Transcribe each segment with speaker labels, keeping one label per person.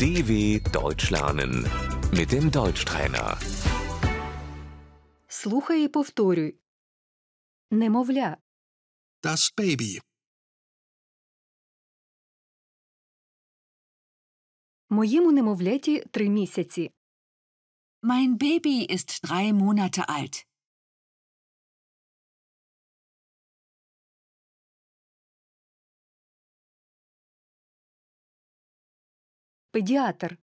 Speaker 1: DW Deutsch lernen mit dem Deutschtrainer.
Speaker 2: Слухай і повторюй. Немовля,
Speaker 3: Das Baby.
Speaker 2: моєму немовляті три місяці.
Speaker 4: Mein Baby ist drei Monate alt.
Speaker 2: Педіатр,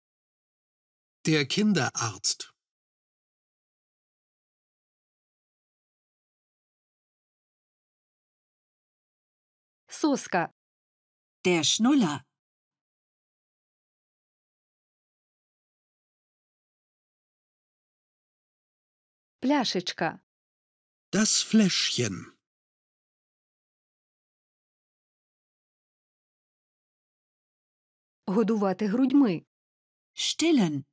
Speaker 3: Der Kinderarzt.
Speaker 2: соска,
Speaker 4: Der Schnuller.
Speaker 2: пляшечка,
Speaker 3: Das Fläschchen.
Speaker 2: годувати грудьми,
Speaker 4: Stillen.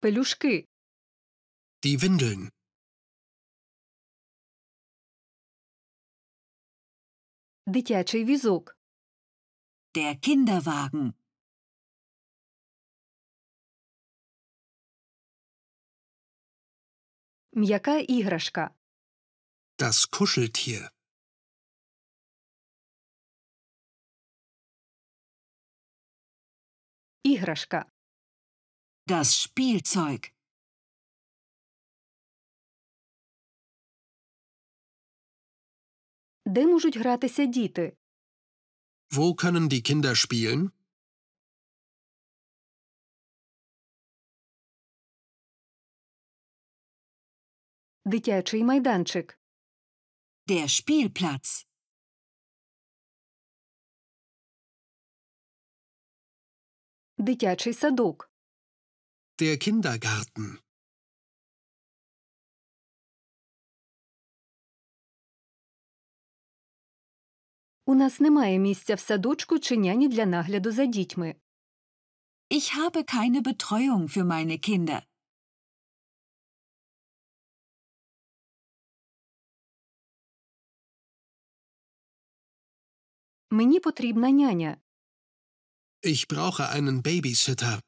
Speaker 2: пелюшки,
Speaker 3: Die Windeln.
Speaker 2: дитячий візок,
Speaker 4: Der Kinderwagen.
Speaker 2: м'яка іграшка,
Speaker 3: Das Kuscheltier.
Speaker 2: іграшка,
Speaker 4: Das Spielzeug.
Speaker 2: де можуть гратися діти,
Speaker 3: Wo können die Kinder spielen?
Speaker 2: дитячий майданчик,
Speaker 4: Der Spielplatz.
Speaker 2: дитячий садок,
Speaker 3: Der Kindergarten.
Speaker 2: У нас немає місця в садочку чи няні для нагляду за дітьми.
Speaker 4: Ich habe keine Betreuung für meine Kinder.
Speaker 2: Мені потрібна няня.
Speaker 3: Ich brauche einen Babysitter.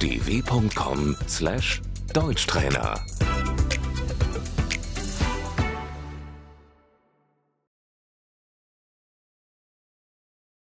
Speaker 1: dw.com/deutschtrainer